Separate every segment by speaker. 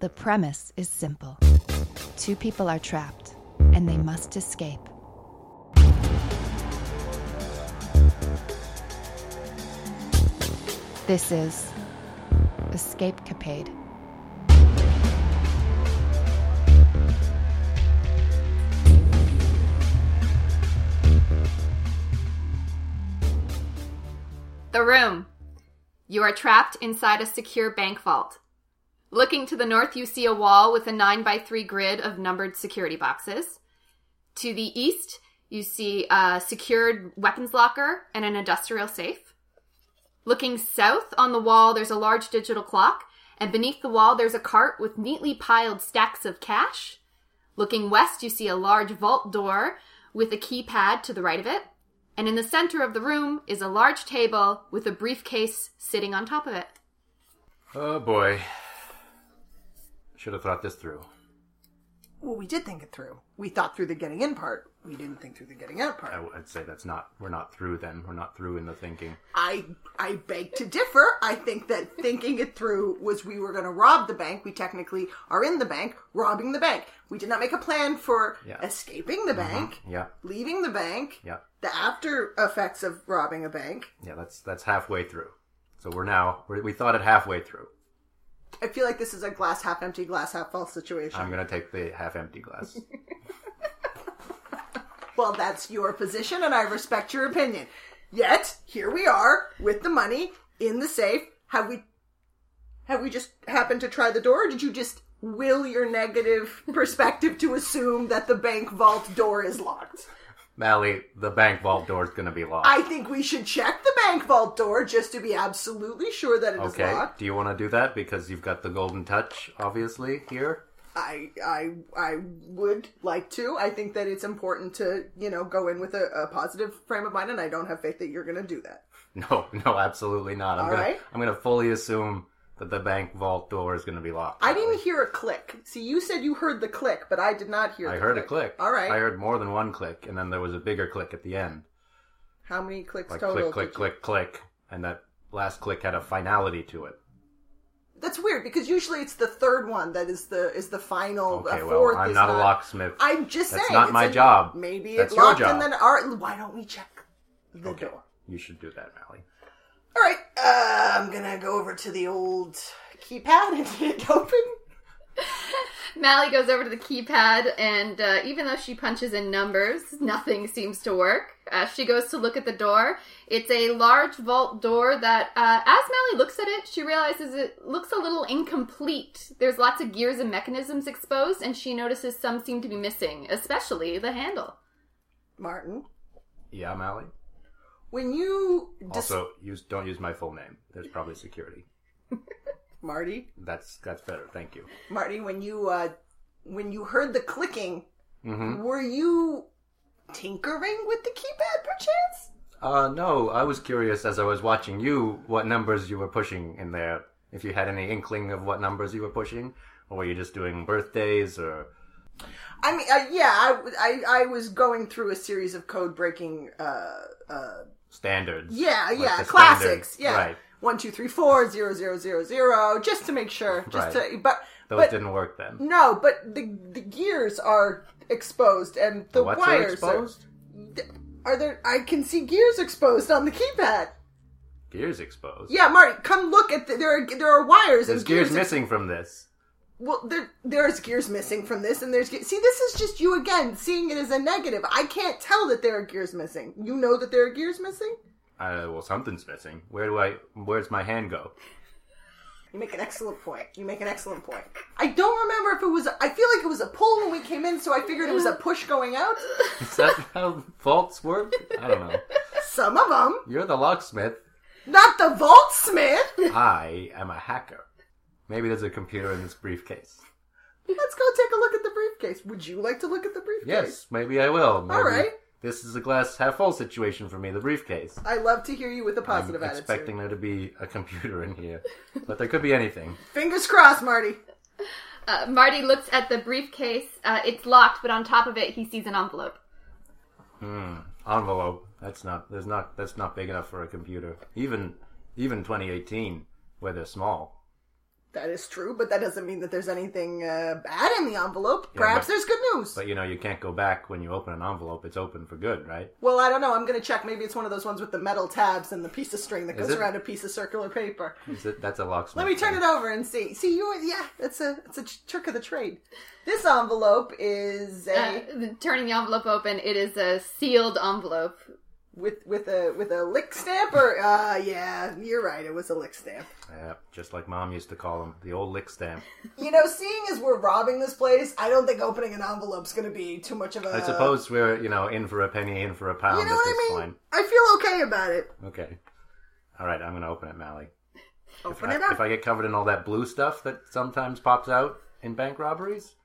Speaker 1: The premise is simple two people are trapped, and they must escape. This is Escape Capade.
Speaker 2: The room. You are trapped inside a secure bank vault. Looking to the north, you see a wall with a 9 by 3 grid of numbered security boxes. To the east, you see a secured weapons locker and an industrial safe. Looking south on the wall, there's a large digital clock, and beneath the wall, there's a cart with neatly piled stacks of cash. Looking west, you see a large vault door with a keypad to the right of it. And in the center of the room is a large table with a briefcase sitting on top of it.
Speaker 3: Oh boy. Should have thought this through.
Speaker 4: Well, we did think it through. We thought through the getting in part. We didn't think through the getting out
Speaker 3: I
Speaker 4: part.
Speaker 3: would say that's not, we're not through then. We're not through in the thinking.
Speaker 4: I I beg to differ. I think that thinking it through was we were going to rob the bank. We technically are in the bank, robbing the bank. We did not make a plan for
Speaker 3: Yeah. Mm-hmm.
Speaker 4: escaping the bank,
Speaker 3: Yeah,
Speaker 4: leaving the bank,
Speaker 3: yeah,
Speaker 4: the after effects of robbing a bank.
Speaker 3: yeah, that's, that's halfway through. So we're now, we're, we thought it halfway through.
Speaker 4: I feel like this is a glass half empty, glass half full situation.
Speaker 3: I'm gonna take the half empty glass.
Speaker 4: Well, that's your position, and I respect your opinion. Yet here we are with the money in the safe. Have we? Have we just happened to try the door? Or did you just will your negative perspective to assume that the bank vault door is locked?
Speaker 3: Mally, the bank vault door's gonna be locked.
Speaker 4: I think we should check the bank vault door just to be absolutely sure that it is
Speaker 3: okay,
Speaker 4: locked.
Speaker 3: do you wanna do that? Because you've got the golden touch, obviously, here.
Speaker 4: I I I would like to. I think that it's important to you know go in with a, a positive frame of mind, and I don't have faith that you're going to do that.
Speaker 3: No, no, absolutely not. I'm
Speaker 4: All
Speaker 3: gonna,
Speaker 4: right.
Speaker 3: I'm gonna fully assume that the bank vault door is gonna be locked.
Speaker 4: I didn't hear a click. See, you said you heard the click, but I did not hear.
Speaker 3: I
Speaker 4: the
Speaker 3: heard a click.
Speaker 4: All right.
Speaker 3: I heard more than one click, and then there was a bigger click at the end.
Speaker 4: How many clicks
Speaker 3: Like click,
Speaker 4: total?
Speaker 3: click,
Speaker 4: did you-
Speaker 3: click, click, and that last click had a finality to it.
Speaker 4: That's weird because usually it's the third one that is the is the final.
Speaker 3: Okay,
Speaker 4: uh,
Speaker 3: well,
Speaker 4: fourth
Speaker 3: I'm
Speaker 4: is
Speaker 3: not a locksmith.
Speaker 4: I'm just
Speaker 3: That's
Speaker 4: saying.
Speaker 3: not
Speaker 4: it's
Speaker 3: my
Speaker 4: a-
Speaker 3: job.
Speaker 4: Maybe
Speaker 3: That's
Speaker 4: it
Speaker 3: your
Speaker 4: locked,
Speaker 3: job.
Speaker 4: and then all right, why don't we check the
Speaker 3: okay,
Speaker 4: door?
Speaker 3: you should do that, Mally.
Speaker 4: All right, uh, I'm gonna go over to the old keypad and hit open.
Speaker 2: Mally goes over to the keypad, and uh, even though she punches in numbers, nothing seems to work. As she goes to look at the door, it's a large vault door that, uh, as Mally looks at it, she realizes it looks a little incomplete. There's lots of gears and mechanisms exposed, and she notices some seem to be missing, especially the handle.
Speaker 4: Martin,
Speaker 3: Yeah, Mally.
Speaker 4: when you dis-
Speaker 3: Also, use don't use my full name. There's probably security.
Speaker 4: Marty,
Speaker 3: That's that's better. Thank you.
Speaker 4: Marty, when you uh, when you heard the clicking,
Speaker 3: hmm
Speaker 4: were you tinkering with the keypad perchance?
Speaker 3: Uh, no, I was curious as I was watching you what numbers you were pushing in there. If you had any inkling of what numbers you were pushing, or were you just doing birthdays or
Speaker 4: I mean, uh, yeah, I, w- I- I was going through a series of code breaking. Uh, uh,
Speaker 3: standards?
Speaker 4: yeah,
Speaker 3: Like
Speaker 4: yeah,
Speaker 3: the standard-
Speaker 4: classics. Yeah,
Speaker 3: right.
Speaker 4: one two three four zero zero zero zero, just to make sure. Just
Speaker 3: Right.
Speaker 4: to, but
Speaker 3: Those
Speaker 4: but
Speaker 3: didn't work then.
Speaker 4: no, but the the gears are exposed and the
Speaker 3: What's are
Speaker 4: wires
Speaker 3: exposed?
Speaker 4: Are, are there. I can see gears exposed on the keypad.
Speaker 3: Gears exposed.
Speaker 4: Yeah, Marty, come look at the, there. Are, there are wires
Speaker 3: There's
Speaker 4: and
Speaker 3: gears,
Speaker 4: gears
Speaker 3: missing from this.
Speaker 4: Well, there there's gears missing from this, and there's ge- see this is just you again seeing it as a negative. I can't tell that there are gears missing. You know that there are gears missing.
Speaker 3: Uh, well, something's missing. Where do I? Where's my hand go?
Speaker 4: You make an excellent point. You make an excellent point. I don't remember if it was. I feel like it was a pull when we came in, so I figured it was a push going out.
Speaker 3: Is that how vaults work? I don't know.
Speaker 4: Some of them,
Speaker 3: You're the locksmith.
Speaker 4: not the vault smith.
Speaker 3: I am a hacker. Maybe there's a computer in this briefcase.
Speaker 4: Let's go take a look at the briefcase. Would you like to look at the briefcase?
Speaker 3: Yes, maybe I will. Maybe
Speaker 4: right.
Speaker 3: This is a glass half full situation for me, the briefcase.
Speaker 4: I love to hear you with a positive
Speaker 3: I'm
Speaker 4: attitude.
Speaker 3: expecting there to be a computer in here, but there could be anything.
Speaker 4: Fingers crossed, Marty.
Speaker 2: Uh, Marty looks at the briefcase. Uh, it's locked, but on top of it, he sees an envelope.
Speaker 3: Envelope. That's not. There's not. That's not big enough for a computer. Even even 2018, where they're small.
Speaker 4: That is true, but that doesn't mean that there's anything uh, bad in the envelope. Perhaps
Speaker 3: but-
Speaker 4: there's good news.
Speaker 3: But you know, you can't go back when you open an envelope. It's open for good, right?
Speaker 4: well, I don't know. I'm going to check. Maybe it's one of those ones with the metal tabs and the piece of string that goes
Speaker 3: it? Hmm.
Speaker 4: around a piece of circular paper.
Speaker 3: Is it, that's a locksmith.
Speaker 4: Let me turn it over and see. See you. Yeah, that's a it's a tr- trick of the trade. This envelope is a
Speaker 2: Uh, turning the envelope open, it is a sealed envelope.
Speaker 4: with with a with a lick stamp or uh yeah, you're right. It was a lick stamp.
Speaker 3: Yeah, just like Mom used to call them, the old lick stamp.
Speaker 4: You know, seeing as we're robbing this place, I don't think opening an envelope's going to be too much of a.
Speaker 3: I suppose we're you know in for a penny, in for a pound
Speaker 4: Uh, You know
Speaker 3: at
Speaker 4: what
Speaker 3: this
Speaker 4: I mean?
Speaker 3: point.
Speaker 4: I feel okay about it.
Speaker 3: Okay. All right, I'm gonna open it, Mally.
Speaker 4: Open
Speaker 3: I-
Speaker 4: it up.
Speaker 3: If I get covered in all that blue stuff that sometimes pops out in bank robberies,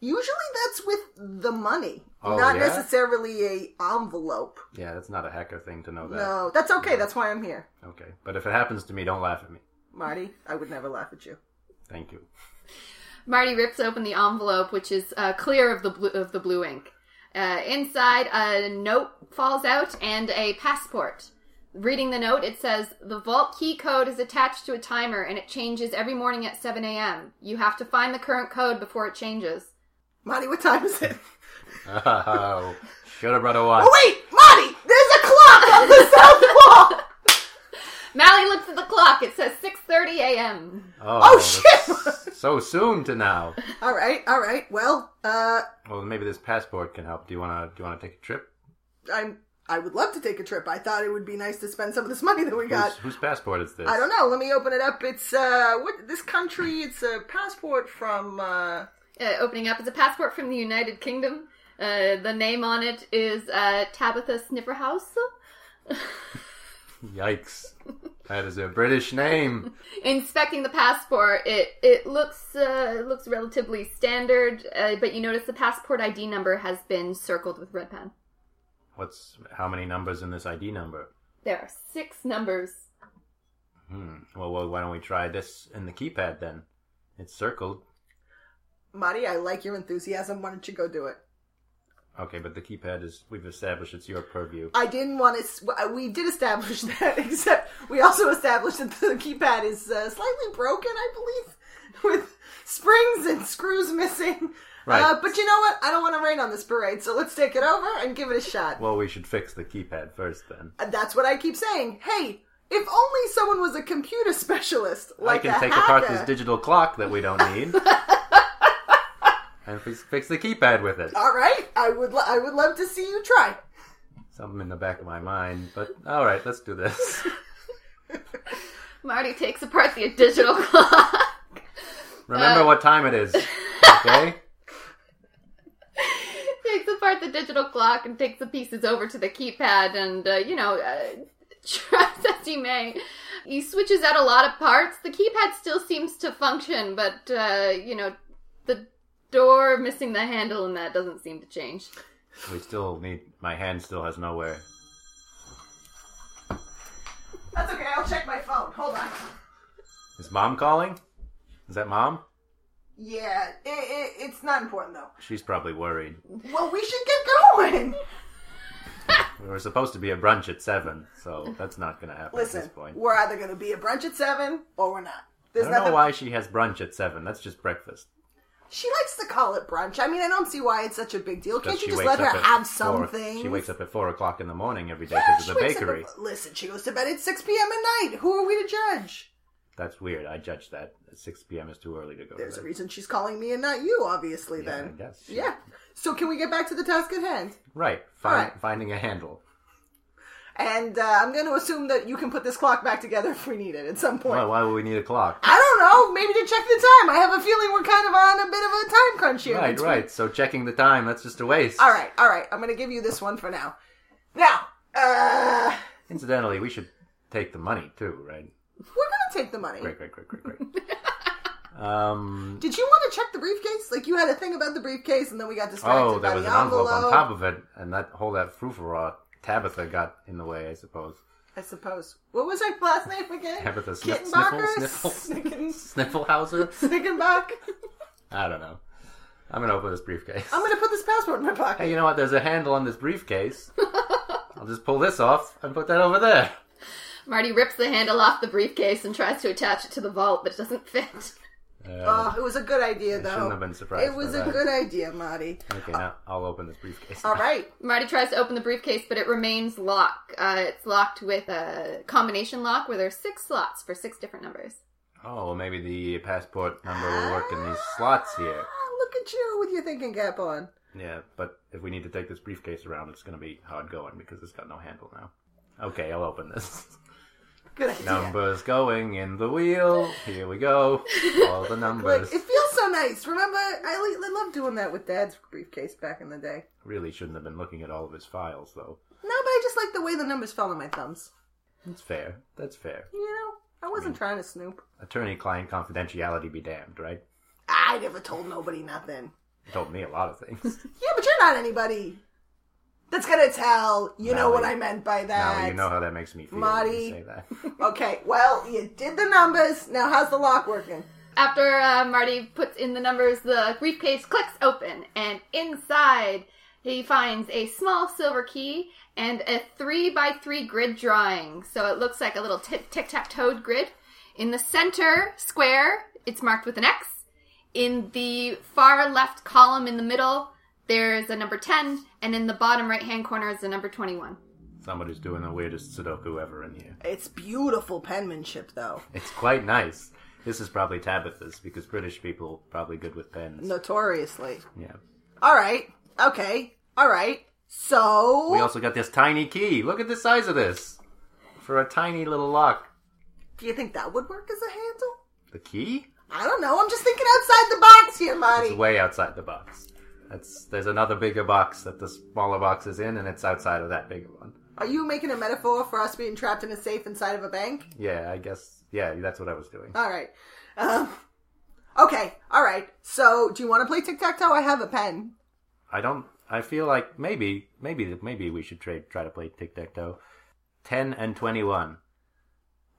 Speaker 4: Usually that's with the money,
Speaker 3: Oh,
Speaker 4: not
Speaker 3: yeah?
Speaker 4: necessarily a envelope.
Speaker 3: yeah, that's not a hacker thing to know that.
Speaker 4: No, that's okay. That's why I'm here,
Speaker 3: Okay, but if it happens to me, don't laugh at me.
Speaker 4: Marty. I would never laugh at you.
Speaker 3: Thank you.
Speaker 2: Marty rips open the envelope, which is uh, clear of the blue, of the blue ink. Uh, inside, a note falls out and a passport. Reading the note, it says the vault key code is attached to a timer and it changes every morning at 7 a.m. You have to find the current code before it changes.
Speaker 4: Marty, what time is it?
Speaker 3: Oh, should have brought a watch.
Speaker 4: Oh wait, Marty, there's a clock on the south wall.
Speaker 2: Mally looks at the clock. It says 6:30 a.m.
Speaker 4: Oh
Speaker 3: that's
Speaker 4: shit!
Speaker 3: So soon to now.
Speaker 4: all right, all right. Well, uh,
Speaker 3: Well, maybe this passport can help. Do you wanna do you wanna take a trip?
Speaker 4: I'm. I would love to take a trip. I thought it would be nice to spend some of this money that we
Speaker 3: Whose,
Speaker 4: got.
Speaker 3: whose passport is this?
Speaker 4: I don't know. Let me open it up. It's uh, what this country? It's a passport from. Uh,
Speaker 2: Uh, opening up is a passport from the United Kingdom. Uh, the name on it is uh, Tabitha Snifferhouse.
Speaker 3: Yikes! That is a British name.
Speaker 2: Inspecting the passport, it it looks uh, it looks relatively standard, uh, but you notice the passport ID number has been circled with red pen.
Speaker 3: What's how many numbers in this ID number?
Speaker 2: There are six numbers.
Speaker 3: Hmm. Well, well, why don't we try this in the keypad then? It's circled.
Speaker 4: Marty, I like your enthusiasm. Why don't you go do it?
Speaker 3: Okay, but the keypad is we've established it's your purview.
Speaker 4: I didn't want to. uh, We did establish that, except we also established that the keypad is uh, slightly broken, I believe, with springs and screws missing.
Speaker 3: Right.
Speaker 4: Uh, but you know what? I don't want to rain on this parade, so let's take it over and give it a shot.
Speaker 3: Well, we should fix the keypad first then.
Speaker 4: And That's what I keep saying. Hey, if only someone was a computer specialist like
Speaker 3: I can
Speaker 4: a
Speaker 3: take
Speaker 4: hacker.
Speaker 3: apart this digital clock that we don't need and fix, fix the keypad with it.
Speaker 4: All right, I would. Lo- I would love to see you try.
Speaker 3: Something in the back of my mind, but all right, let's do this.
Speaker 2: Marty takes apart the digital clock.
Speaker 3: Remember what time it is, okay?
Speaker 2: takes apart the digital clock and takes the pieces over to the keypad and uh, you know uh, tries as he may he switches out a lot of parts the keypad still seems to function but uh, you know the door missing the handle and that doesn't seem to change
Speaker 3: We still need. My hand still has nowhere.
Speaker 4: That's okay. I'll check my phone. Hold on.
Speaker 3: Is mom calling? Is that mom?
Speaker 4: Yeah, i i it's not important though.
Speaker 3: She's probably worried.
Speaker 4: Well, we should get going.
Speaker 3: We were supposed to be at brunch at seven, so that's not going to happen at
Speaker 4: Listen,
Speaker 3: this point.
Speaker 4: we're either going to be at brunch at seven or we're not.
Speaker 3: I
Speaker 4: There's
Speaker 3: don't know
Speaker 4: nothing.
Speaker 3: why she has brunch at seven. That's just breakfast.
Speaker 4: She likes to call it brunch. I mean, I don't see why it's such a big deal. Can't
Speaker 3: Because
Speaker 4: you
Speaker 3: she
Speaker 4: just
Speaker 3: wakes
Speaker 4: let her
Speaker 3: up at
Speaker 4: have
Speaker 3: four-
Speaker 4: something?
Speaker 3: She wakes up at four o'clock in the morning every day
Speaker 4: Yeah,
Speaker 3: because
Speaker 4: she
Speaker 3: of the
Speaker 4: wakes up
Speaker 3: bakery.
Speaker 4: at- listen, she goes to bed at six p.m. at night. Who are we to judge?
Speaker 3: That's weird. I judge that. Six p.m. is too early to go.
Speaker 4: There's
Speaker 3: to
Speaker 4: a
Speaker 3: bed.
Speaker 4: reason she's calling me and not you, obviously.
Speaker 3: Yeah,
Speaker 4: then,
Speaker 3: I guess she-
Speaker 4: yeah. So, can we get back to the task at hand?
Speaker 3: Right. Find,
Speaker 4: Alright.
Speaker 3: Finding a handle.
Speaker 4: And uh, I'm going to assume that you can put this clock back together if we need it at some point.
Speaker 3: Why, why would we need a clock?
Speaker 4: I don't know. Maybe to check the time. I have a feeling we're kind of on a bit of a time crunch here.
Speaker 3: Right,
Speaker 4: between-
Speaker 3: right. So checking the time, that's just a waste.
Speaker 4: All right, all right. I'm going to give you this one for now. Now, uh,
Speaker 3: Incidentally, we should take the money too, right?
Speaker 4: we're going to take the money.
Speaker 3: Great, great, great, great, great. um,
Speaker 4: Did you want to check the briefcase? Like you had a thing about the briefcase, and then we got distracted
Speaker 3: oh,
Speaker 4: by
Speaker 3: there was
Speaker 4: the
Speaker 3: an envelope on top of it, and that whole that frou Tabitha got in the way, I suppose.
Speaker 4: I suppose. What was her last name again?
Speaker 3: Tabitha Sniff-
Speaker 4: Kittenbacher?
Speaker 3: Sniffle?
Speaker 4: Sniffle?
Speaker 3: Snifflehauser?
Speaker 4: Snickenbach?
Speaker 3: I don't know. I'm gonna open this briefcase.
Speaker 4: I'm going to put this passport in my pocket.
Speaker 3: Hey, you know what? There's a handle on this briefcase. I'll just pull this off and put that over there.
Speaker 2: marty rips the handle off the briefcase and tries to attach it to the vault but it doesn't fit
Speaker 4: Oh, it was a good idea, though.
Speaker 3: shouldn't have been surprised
Speaker 4: It was
Speaker 3: by
Speaker 4: a
Speaker 3: that.
Speaker 4: good idea, Marty.
Speaker 3: Um, Okay, now I'll open this briefcase.
Speaker 4: All right.
Speaker 2: Marty tries to open the briefcase, but it remains locked. Uh, it's locked with a combination lock where there's six slots for six different numbers.
Speaker 3: Oh, well, maybe the passport number will work in these slots here.
Speaker 4: Ah, Look at you with your thinking cap on.
Speaker 3: Yeah, but if we need to take this briefcase around, it's going to be hard going because it's got no handle now. Okay, I'll open this.
Speaker 4: Good idea.
Speaker 3: Numbers going in the wheel. Here we go. All the
Speaker 4: Like,
Speaker 3: numbers.
Speaker 4: it feels so nice. Remember, I, li- I love doing that with Dad's briefcase back in the day.
Speaker 3: Really shouldn't have been looking at all of his files, though.
Speaker 4: No, but I just like the way the numbers fell on my thumbs.
Speaker 3: That's fair. That's fair.
Speaker 4: You know, I wasn't
Speaker 3: Mm.
Speaker 4: trying to snoop.
Speaker 3: Attorney client confidentiality be damned, right?
Speaker 4: I never told nobody nothing.
Speaker 3: You told me a lot of things.
Speaker 4: Yeah, but you're not anybody that's gonna tell. You know
Speaker 3: Now
Speaker 4: what
Speaker 3: you-
Speaker 4: I meant by that.
Speaker 3: now you know how that makes me feel. when
Speaker 4: Marty.
Speaker 3: You say that.
Speaker 4: Okay, well, you did the numbers. Now, how's the lock working?
Speaker 2: After uh, Marty puts in the numbers, the briefcase clicks open, and inside he finds a small silver key and a three by three grid drawing. So it looks like a little tic tac toe grid. In the center square, it's marked with an X. In the far left column in the middle, there's a number 10, and in the bottom right hand corner is the number 21.
Speaker 3: Somebody's doing the weirdest Sudoku ever in here.
Speaker 4: It's beautiful penmanship, though.
Speaker 3: It's quite nice. This is probably Tabitha's because British people probably good with pens.
Speaker 4: Notoriously.
Speaker 3: Yeah.
Speaker 4: All right. Okay. All right. So.
Speaker 3: We also got this tiny key. Look at the size of this for a tiny little lock.
Speaker 4: Do you think that would work as a handle?
Speaker 3: The key?
Speaker 4: I don't know. I'm just thinking outside the box here,
Speaker 3: It's
Speaker 4: Marty.
Speaker 3: way outside the box. That's there's another bigger box that the smaller box is in, and it's outside of that bigger one.
Speaker 4: Are you making a metaphor for us being trapped in a safe inside of a bank?
Speaker 3: Yeah, I guess. Yeah, that's what I was doing.
Speaker 4: All right. Um, okay. All right. So, do you want to play tic tac toe? I have a pen.
Speaker 3: I don't. I feel like maybe, maybe, maybe we should trade. Try to play tic tac toe. Ten and twenty-one.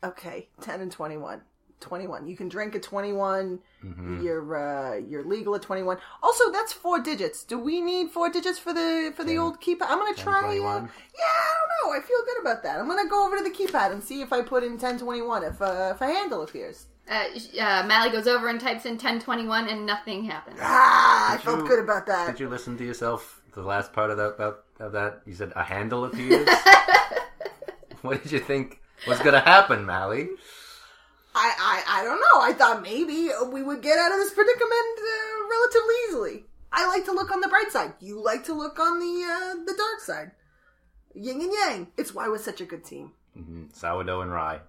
Speaker 4: Okay, ten and twenty-one. Twenty-one. You can drink at 21 you You're uh, you're legal at twenty-one. Also, that's four digits. Do we need four digits for the for the old keypad? I'm gonna try. uh,
Speaker 3: 21.
Speaker 4: yeah, I don't know. I feel good about that. I'm gonna go over to the keypad and see if I put in ten twenty-one. If uh, if a handle appears.
Speaker 2: Uh, uh, Mally goes over and types in 1021, and nothing happens.
Speaker 4: Ah, I
Speaker 3: Did
Speaker 4: felt
Speaker 3: you-
Speaker 4: good about that.
Speaker 3: Did you listen to yourself? The last part of that. Of, of that, you said a handle appears. what did you think was going to happen, Mally?
Speaker 4: I, I I don't know. I thought maybe we would get out of this predicament uh, relatively easily. I like to look on the bright side. You like to look on the uh, the dark side. Yin and yang. It's why we're such a good team.
Speaker 3: Mhm, Sourdough and rye.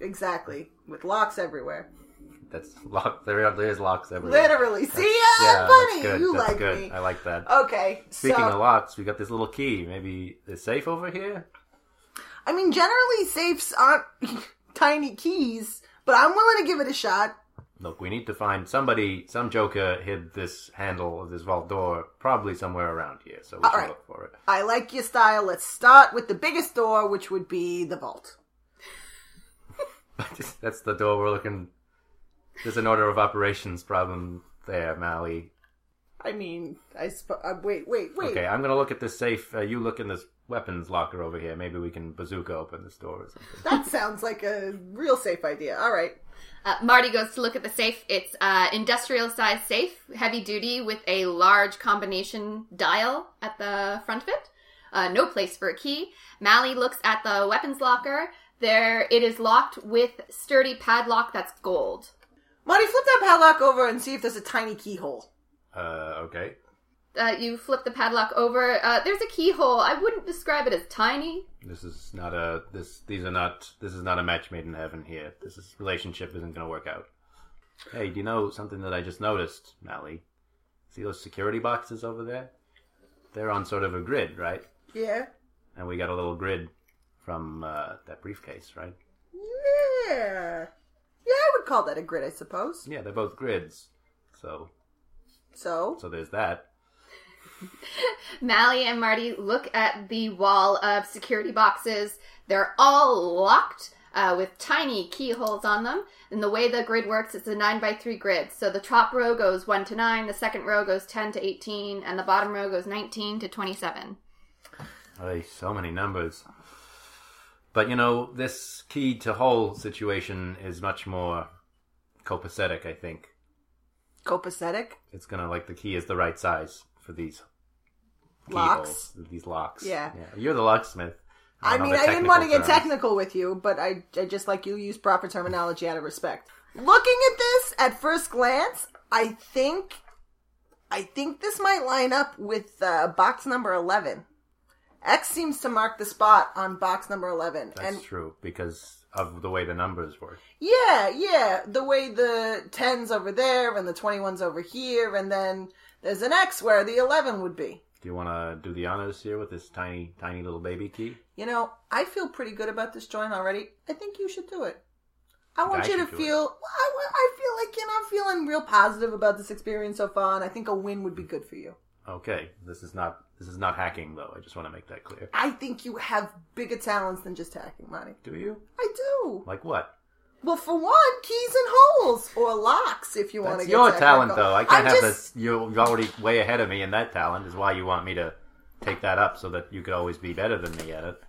Speaker 4: Exactly. With locks everywhere.
Speaker 3: That's lock. There are there's locks everywhere.
Speaker 4: Literally. See, yeah,
Speaker 3: Yeah,
Speaker 4: I'm
Speaker 3: that's
Speaker 4: funny.
Speaker 3: good.
Speaker 4: You
Speaker 3: that's
Speaker 4: like
Speaker 3: good.
Speaker 4: me.
Speaker 3: I like that.
Speaker 4: Okay.
Speaker 3: Speaking
Speaker 4: so,
Speaker 3: of locks, we got this little key. Maybe the safe over here.
Speaker 4: I mean, generally safes aren't tiny keys, but I'm willing to give it a shot.
Speaker 3: Look, we need to find somebody. Some joker hid this handle of this vault door, probably somewhere around here. So we should
Speaker 4: right.
Speaker 3: look for it.
Speaker 4: I like your style. Let's start with the biggest door, which would be the vault.
Speaker 3: But that's the door we're looking. There's an order of operations problem there, Mally.
Speaker 4: I mean, I sp- uh, wait, wait, wait.
Speaker 3: Okay, I'm gonna look at this safe. Uh, you look in this weapons locker over here. Maybe we can bazooka open this door or something.
Speaker 4: That sounds like a real safe idea. All right.
Speaker 2: Uh, Marty goes to look at the safe. It's uh, industrial size safe, heavy duty, with a large combination dial at the front of it. Uh, no place for a key. Mally looks at the weapons locker. There, it is locked with sturdy padlock that's gold.
Speaker 4: Monty, flip that padlock over and see if there's a tiny keyhole.
Speaker 3: Uh, okay.
Speaker 2: Uh, you flip the padlock over. Uh, there's a keyhole. I wouldn't describe it as tiny.
Speaker 3: This is not a this. These are not. This is not a match made in heaven here. This is, relationship isn't going to work out. Hey, do you know something that I just noticed, Mally? See those security boxes over there? They're on sort of a grid, right?
Speaker 4: Yeah.
Speaker 3: And we got a little grid from uh, that briefcase, right?
Speaker 4: Yeah. Yeah, I would call that a grid, I suppose.
Speaker 3: Yeah, they're both grids. So,
Speaker 4: So,
Speaker 3: so there's that.
Speaker 2: Mally and Marty look at the wall of security boxes. They're all locked uh, with tiny keyholes on them. And the way the grid works, it's a 9 by 3 grid. So the top row goes 1 to 9, the second row goes 10 to 18, and the bottom row goes 19 to 27.
Speaker 3: Oy, so many numbers. But you know, this key to whole situation is much more copacetic, I think.
Speaker 4: Copacetic
Speaker 3: It's gonna like the key is the right size for these
Speaker 4: locks.
Speaker 3: keyholes, these locks.
Speaker 4: Yeah.
Speaker 3: You're the locksmith.
Speaker 4: I
Speaker 3: know
Speaker 4: mean,
Speaker 3: the
Speaker 4: I didn't want to get
Speaker 3: terms.
Speaker 4: technical with you, but I, I just like you use proper terminology out of respect. Looking at this at first glance, I think, I think this might line up with uh, box number eleven. X seems to mark the spot on box number eleven,
Speaker 3: That's
Speaker 4: and
Speaker 3: true because of the way the numbers work.
Speaker 4: yeah, yeah, the way the tens over there and the twenty ones over here, and then there's an X where the eleven would be.
Speaker 3: Do you want to do the honors here with this tiny, tiny little baby key?
Speaker 4: You know, I feel pretty good about this joint already. I think you should do it. I want
Speaker 3: I
Speaker 4: you to
Speaker 3: should do it.
Speaker 4: feel. Well, I, wa- I feel like you know, I'm feeling real positive about this experience so far, and I think a win would be good for you.
Speaker 3: Okay, this is not this is not hacking though. I just want to make that clear.
Speaker 4: I think you have bigger talents than just hacking, Monty.
Speaker 3: Do you
Speaker 4: I do.
Speaker 3: like what?
Speaker 4: Well, for one, keys and holes or locks, if you want to
Speaker 3: That's
Speaker 4: get
Speaker 3: your
Speaker 4: technical.
Speaker 3: talent though. I can't
Speaker 4: I'm
Speaker 3: have
Speaker 4: just-
Speaker 3: this. You're already way ahead of me in that talent. Is why you want me to take that up so that you could always be better than me at it.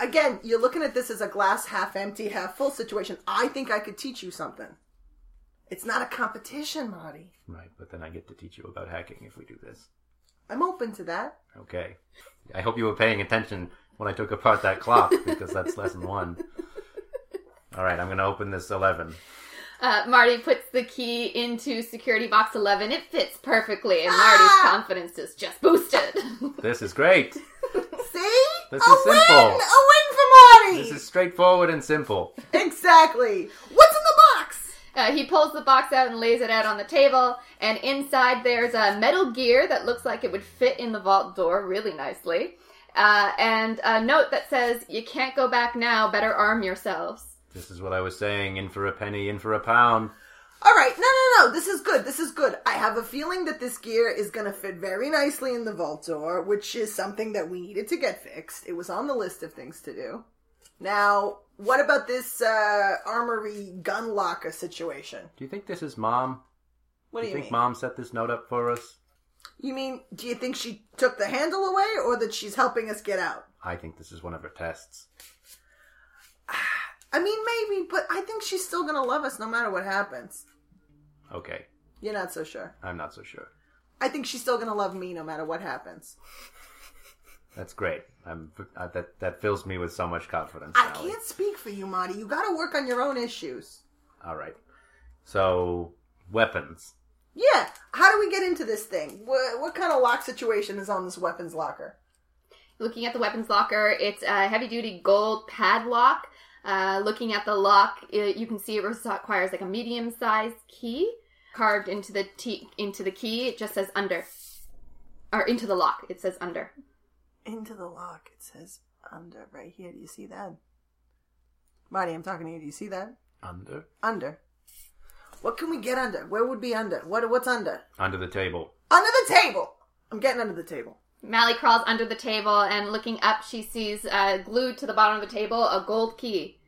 Speaker 4: Again, you're looking at this as a glass half empty, half full situation. I think I could teach you something. It's not a competition, Marty.
Speaker 3: Right, but then I get to teach you about hacking if we do this.
Speaker 4: I'm open to that.
Speaker 3: Okay. I hope you were paying attention when I took apart that clock because that's lesson one. All right, I'm going to open this 11.
Speaker 2: Uh, Marty puts the key into security box 11. It fits perfectly, and
Speaker 4: Ah!
Speaker 2: Marty's confidence is just boosted.
Speaker 3: This is great.
Speaker 4: See?
Speaker 3: This
Speaker 4: a
Speaker 3: is
Speaker 4: win!
Speaker 3: simple.
Speaker 4: A win for Marty!
Speaker 3: This is straightforward and simple.
Speaker 4: Exactly. What's in the box?
Speaker 2: uh, he pulls the box out and lays it out on the table, and inside there's a metal gear that looks like it would fit in the vault door really nicely, uh, and a note that says, You can't go back now, better arm yourselves.
Speaker 3: This is what I was saying in for a penny, in for a pound.
Speaker 4: All right, no, no, no. This is good. This is good. I have a feeling that this gear is going to fit very nicely in the vault door, which is something that we needed to get fixed. It was on the list of things to do. Now, what about this uh, armory gun locker situation?
Speaker 3: Do you think this is mom?
Speaker 4: What do you,
Speaker 3: think
Speaker 4: mean?
Speaker 3: mom set this note up for us?
Speaker 4: you mean, do you think she took the handle away, or that she's helping us get out?
Speaker 3: I think this is one of her tests.
Speaker 4: I mean, maybe, but I think she's still going to love us no matter what happens.
Speaker 3: Okay,
Speaker 4: You're not so sure.
Speaker 3: I'm not so sure.
Speaker 4: I think she's still gonna love me no matter what happens.
Speaker 3: That's great. I'm I, that that fills me with so much confidence.
Speaker 4: I
Speaker 3: Ally.
Speaker 4: can't speak for you, Marty. You gotta work on your own issues.
Speaker 3: All right. So weapons.
Speaker 4: Yeah. How do we get into this thing? What, what kind of lock situation is on this weapons locker?
Speaker 2: Looking at the weapons locker, it's a heavy duty gold padlock. Uh, looking at the lock, it, you can see it requires like a medium sized key carved into the t- into the key. It just says under, or into the lock. It says under.
Speaker 4: Into the lock. It says under right here. Do you see that? Marty, I'm talking to you. Do you see that?
Speaker 3: Under
Speaker 4: Under. What can we get under? Where would be under? What what's under?
Speaker 3: under the table.
Speaker 4: Under the table. I'm getting under the table.
Speaker 2: Mally crawls under the table and looking up, she sees uh, glued to the bottom of the table a gold key.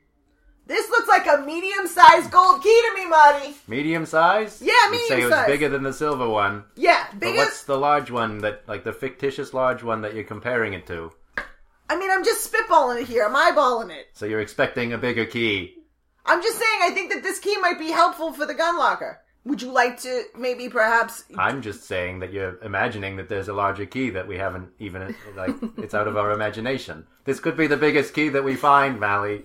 Speaker 4: This looks like a medium-sized gold key to me, Marty.
Speaker 3: Medium size.
Speaker 4: Yeah,
Speaker 3: You'd say
Speaker 4: medium
Speaker 3: it was
Speaker 4: size.
Speaker 3: bigger than the silver one.
Speaker 4: Yeah,
Speaker 3: But
Speaker 4: biggest.
Speaker 3: what's the large one that like the fictitious large one that you're comparing it to?
Speaker 4: I mean, I'm just spitballing it here. I'm eyeballing it.
Speaker 3: So you're expecting a bigger key.
Speaker 4: I'm just saying, I think that this key might be helpful for the gun locker. Would you like to maybe perhaps?
Speaker 3: I'm just saying that you're imagining that there's a larger key that we haven't even like it's out of our imagination. This could be the biggest key that we find, Mally.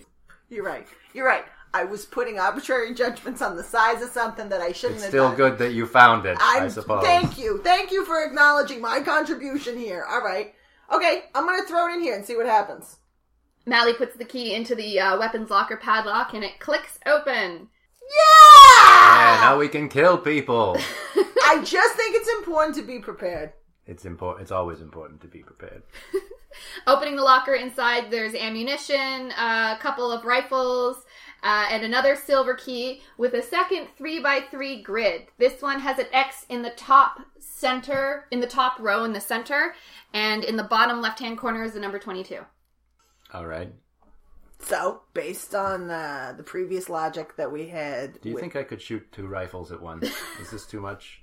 Speaker 4: You're right. You're right. I was putting arbitrary judgments on the size of something that I shouldn't.
Speaker 3: It's
Speaker 4: have
Speaker 3: still
Speaker 4: done.
Speaker 3: good that you found it, i
Speaker 4: I'm,
Speaker 3: suppose.
Speaker 4: Thank you. Thank you for acknowledging my contribution here. All right. Okay. I'm gonna throw it in here and see what happens.
Speaker 2: Mally puts the key into the uh, weapons locker padlock and it clicks open.
Speaker 3: Yeah,
Speaker 4: Yeah.
Speaker 3: now we can kill people.
Speaker 4: I just think it's important to be prepared.
Speaker 3: It's important. It's always important to be prepared.
Speaker 2: Opening the locker inside, there's ammunition, uh, a couple of rifles, uh, and another silver key with a second 3x3 grid. This one has an X in the top center, in the top row in the center, and in the bottom left hand corner is the number 22.
Speaker 3: All right.
Speaker 4: So, based on uh, the previous logic that we had,
Speaker 3: Do you
Speaker 4: with-
Speaker 3: think I could shoot two rifles at once? Is this too much?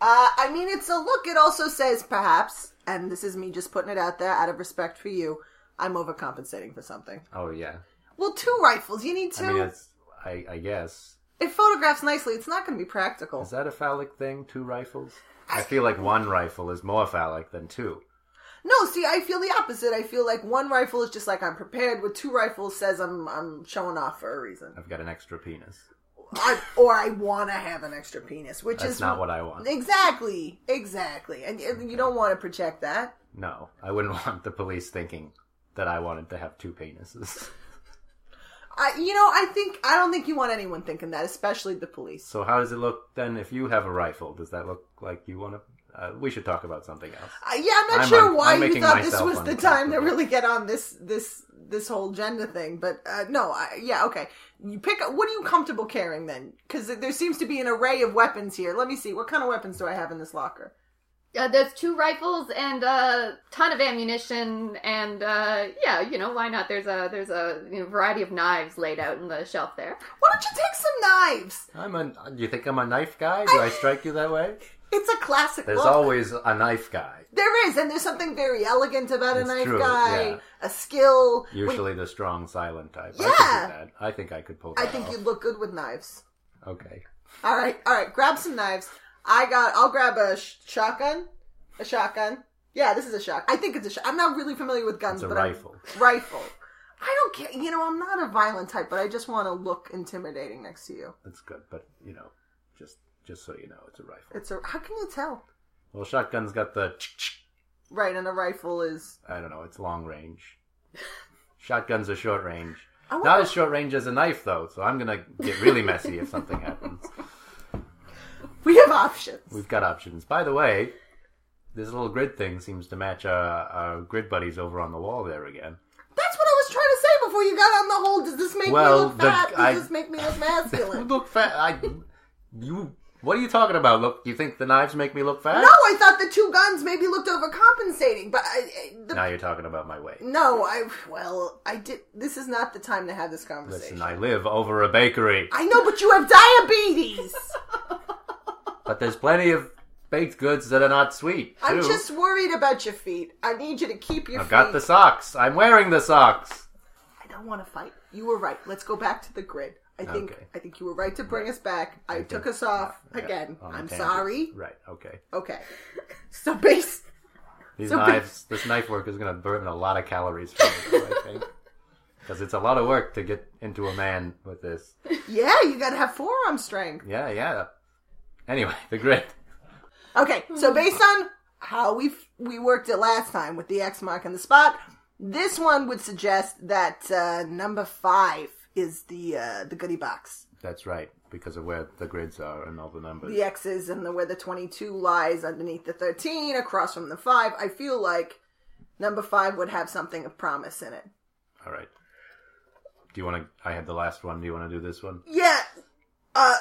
Speaker 4: Uh, I mean, it's a look. It also says perhaps, and this is me just putting it out there out of respect for you. I'm overcompensating for something.
Speaker 3: Oh yeah.
Speaker 4: Well, two rifles. You need two.
Speaker 3: I mean, that's I, I guess.
Speaker 4: It photographs nicely. It's not going to be practical.
Speaker 3: Is that a phallic thing? Two rifles? I feel like one rifle is more phallic than two.
Speaker 4: No, see, I feel the opposite. I feel like one rifle is just like I'm prepared. With two rifles, says I'm I'm showing off for a reason,
Speaker 3: I've got an extra penis.
Speaker 4: I, or I want to have an extra penis, which
Speaker 3: That's
Speaker 4: is
Speaker 3: not what I want.
Speaker 4: Exactly, exactly, and and you don't want to project that.
Speaker 3: No, I wouldn't want the police thinking that I wanted to have two penises.
Speaker 4: I, you know, I think I don't think you want anyone thinking that, especially the police.
Speaker 3: So how does it look then if you have a rifle? Does that look like you want to? Uh, we should talk about something else.
Speaker 4: Uh, yeah, I'm not
Speaker 3: I'm
Speaker 4: sure
Speaker 3: un-
Speaker 4: why
Speaker 3: I'm
Speaker 4: you
Speaker 3: making
Speaker 4: thought this
Speaker 3: myself
Speaker 4: was the time to
Speaker 3: uncomfortable.
Speaker 4: really get on this this this whole gender thing, but uh, no, I, yeah, okay. You pick. a- What are you comfortable carrying then? Because there seems to be an array of weapons here. Let me see. What kind of weapons do I have in this locker?
Speaker 2: Uh, there's two rifles and a ton of ammunition, and uh, yeah, you know why not? There's a there's a you know, variety of knives laid out in the shelf there.
Speaker 4: Why don't you take some knives?
Speaker 3: I'm a. You think I'm a knife guy? Do I strike you that way?
Speaker 4: It's a classic
Speaker 3: There's
Speaker 4: look.
Speaker 3: always a knife guy.
Speaker 4: there is, and there's something very elegant about a
Speaker 3: It's
Speaker 4: knife
Speaker 3: true,
Speaker 4: guy,
Speaker 3: yeah.
Speaker 4: a skill. When-
Speaker 3: Usually the strong, silent type. I
Speaker 4: Yeah.
Speaker 3: could do that. I think I could pull.
Speaker 4: I
Speaker 3: That
Speaker 4: think
Speaker 3: off.
Speaker 4: you'd look good with knives.
Speaker 3: Okay.
Speaker 4: All right, all right. Grab some knives. I got. I'll grab a sh- shotgun. A shotgun. Yeah, this is a shot. I think it's a shot. I'm not really familiar with guns.
Speaker 3: It's a
Speaker 4: but I'm-
Speaker 3: rifle.
Speaker 4: rifle. I don't care. You know, I'm not a violent type, but I just want to look intimidating next to you.
Speaker 3: That's good, but you know, just just so you know, it's a rifle.
Speaker 4: It's a. How can you tell?
Speaker 3: Well, shotgun's got the.
Speaker 4: Right, and a rifle is.
Speaker 3: I don't know. It's long range. Shotguns are short range.
Speaker 4: I
Speaker 3: Not
Speaker 4: wonder,
Speaker 3: as short range as a knife, though. So I'm gonna get really messy if something happens.
Speaker 4: we have options.
Speaker 3: We've got options. By the way, this little grid thing seems to match our, our grid buddies over on the wall there again.
Speaker 4: That's what I was trying to say before you got on the whole. Does this make
Speaker 3: Well,
Speaker 4: me look
Speaker 3: the-
Speaker 4: fat? Does
Speaker 3: I-
Speaker 4: this make me look
Speaker 3: You
Speaker 4: masculine?
Speaker 3: look fat. I, you. What are you talking about? Look, you think the knives make me look fat?
Speaker 4: no, I thought the two guns maybe looked overcompensating, but I, I- the,
Speaker 3: Now you're talking about my weight.
Speaker 4: no, I well, I did. This is not the time to have this conversation.
Speaker 3: Listen, I live over a bakery,
Speaker 4: I know, but you have diabetes.
Speaker 3: but there's plenty of baked goods that are not sweet.
Speaker 4: I'm
Speaker 3: too.
Speaker 4: just worried about your feet. I need you to keep your
Speaker 3: I've
Speaker 4: feet.
Speaker 3: got the socks. I'm wearing the socks.
Speaker 4: I don't want to fight. You were right. Let's go back to the grid. I think
Speaker 3: Okay.
Speaker 4: I think you were right to bring us back. I, took us off
Speaker 3: Yeah,
Speaker 4: again.
Speaker 3: on a
Speaker 4: I'm
Speaker 3: tangent.
Speaker 4: sorry.
Speaker 3: Right. Okay.
Speaker 4: Okay. So base
Speaker 3: These
Speaker 4: So-
Speaker 3: knives, this knife work is going to burn a lot of calories for me, though, I think. Because it's a lot of work to get into a man with this.
Speaker 4: Yeah, you got to have forearm strength.
Speaker 3: Yeah, yeah. Anyway, the grid.
Speaker 4: Okay, so based on how we we worked it last time with the X mark and the spot, this one would suggest that uh, number five is the uh, the goodie box,
Speaker 3: That's right, because of where the grids are and all the numbers.
Speaker 4: the X's and the where the twenty two lies underneath the thirteen, across from the five. I feel like number five would have something of promise in it.
Speaker 3: All right. Do you want to? I had the last one. Do you want to do this one?
Speaker 4: Yeah. Uh,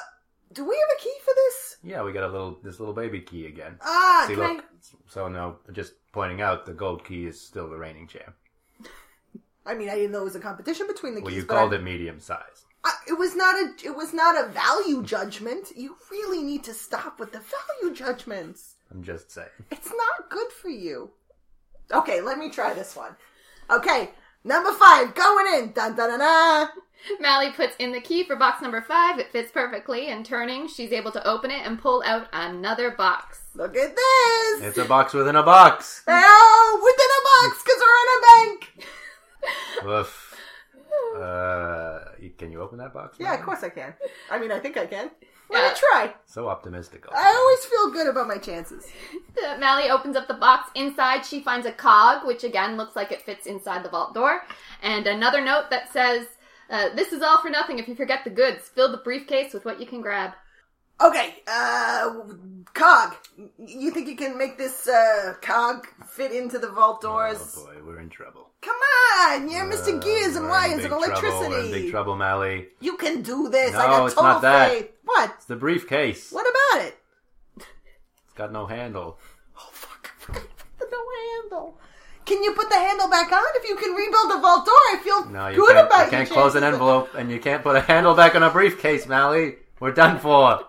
Speaker 4: do we have a key for this?
Speaker 3: Yeah, we got a little this little baby key again.
Speaker 4: Ah,
Speaker 3: See,
Speaker 4: can I-
Speaker 3: look. So now, just pointing out, the gold key is still the reigning champ.
Speaker 4: I, mean, I didn't know it was a competition between the
Speaker 3: Well,
Speaker 4: keys.
Speaker 3: you
Speaker 4: but
Speaker 3: called
Speaker 4: I-
Speaker 3: it medium size.
Speaker 4: I, it was not a it was not a value judgment. You really need to stop with the value judgments.
Speaker 3: I'm just saying.
Speaker 4: It's not good for you. Okay, let me try this one. Okay, number five, going in. Dun dun dun. dun.
Speaker 2: Mally puts in the key for box number five. It fits perfectly, and turning, she's able to open it and pull out another box.
Speaker 4: Look at this.
Speaker 3: It's a box within a box.
Speaker 4: oh, within a box, cause we're in a bank.
Speaker 3: Oof. Uh, can you open that box?
Speaker 4: Yeah,
Speaker 3: Mom?
Speaker 4: of course I can. I mean, I think I can. Let
Speaker 2: Yeah.
Speaker 4: me try.
Speaker 3: So optimistic.
Speaker 4: I always feel good about my chances.
Speaker 2: Uh, Mally opens up the box. Inside, she finds a cog, which again looks like it fits inside the vault door, and another note that says, uh, "This is all for nothing. If you forget the goods, fill the briefcase with what you can grab."
Speaker 4: Okay, uh, Cog, you think you can make this, uh, Cog fit into the vault doors?
Speaker 3: Oh boy, we're in trouble.
Speaker 4: Come on! You're Mr.
Speaker 3: Uh,
Speaker 4: Gears
Speaker 3: we're
Speaker 4: and
Speaker 3: in
Speaker 4: Wires
Speaker 3: big
Speaker 4: and
Speaker 3: Trouble. We're in big
Speaker 4: electricity!
Speaker 3: trouble, Mally.
Speaker 4: You can do this! I
Speaker 3: No,
Speaker 4: got
Speaker 3: it's
Speaker 4: total
Speaker 3: not that.
Speaker 4: faith! What?
Speaker 3: It's the briefcase.
Speaker 4: What about it?
Speaker 3: It's got no handle.
Speaker 4: Oh, fuck. I forgot about the No handle. Can you put the handle back on? If you can rebuild the vault door, I feel
Speaker 3: No, you
Speaker 4: good
Speaker 3: can't,
Speaker 4: about
Speaker 3: you can't
Speaker 4: your
Speaker 3: close an
Speaker 4: chances.
Speaker 3: envelope, and you can't put a handle back on a briefcase, Mally. We're done for.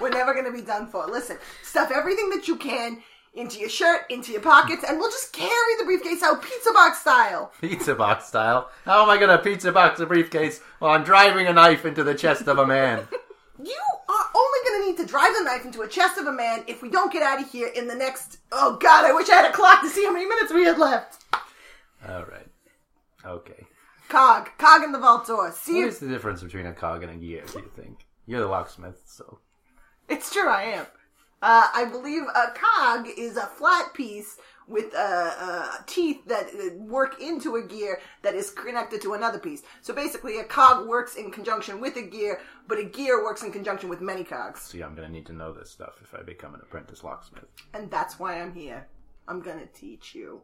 Speaker 4: We're never going to be done for. Listen, stuff everything that you can into your shirt, into your pockets, and we'll just carry the briefcase out pizza box style.
Speaker 3: Pizza box style. How am I gonna pizza box a briefcase while I'm driving a knife into the chest of a man?
Speaker 4: You are only going to need to drive the knife into a chest of a man if we don't get out of here in the next. Oh God, I wish I had a clock to see how many minutes we had left.
Speaker 3: All right. Okay.
Speaker 4: Cog, cog in the vault door. See
Speaker 3: What
Speaker 4: if
Speaker 3: is the difference between a cog and a gear? Do you think? You're the locksmith, so
Speaker 4: it's true. I am. Uh, I believe a cog is a flat piece with uh, uh, teeth that uh, work into a gear that is connected to another piece. So basically, a cog works in conjunction with a gear, but a gear works in conjunction with many cogs.
Speaker 3: see, I'm gonna need to know this stuff if I become an apprentice locksmith.
Speaker 4: And that's why I'm here. I'm gonna teach you.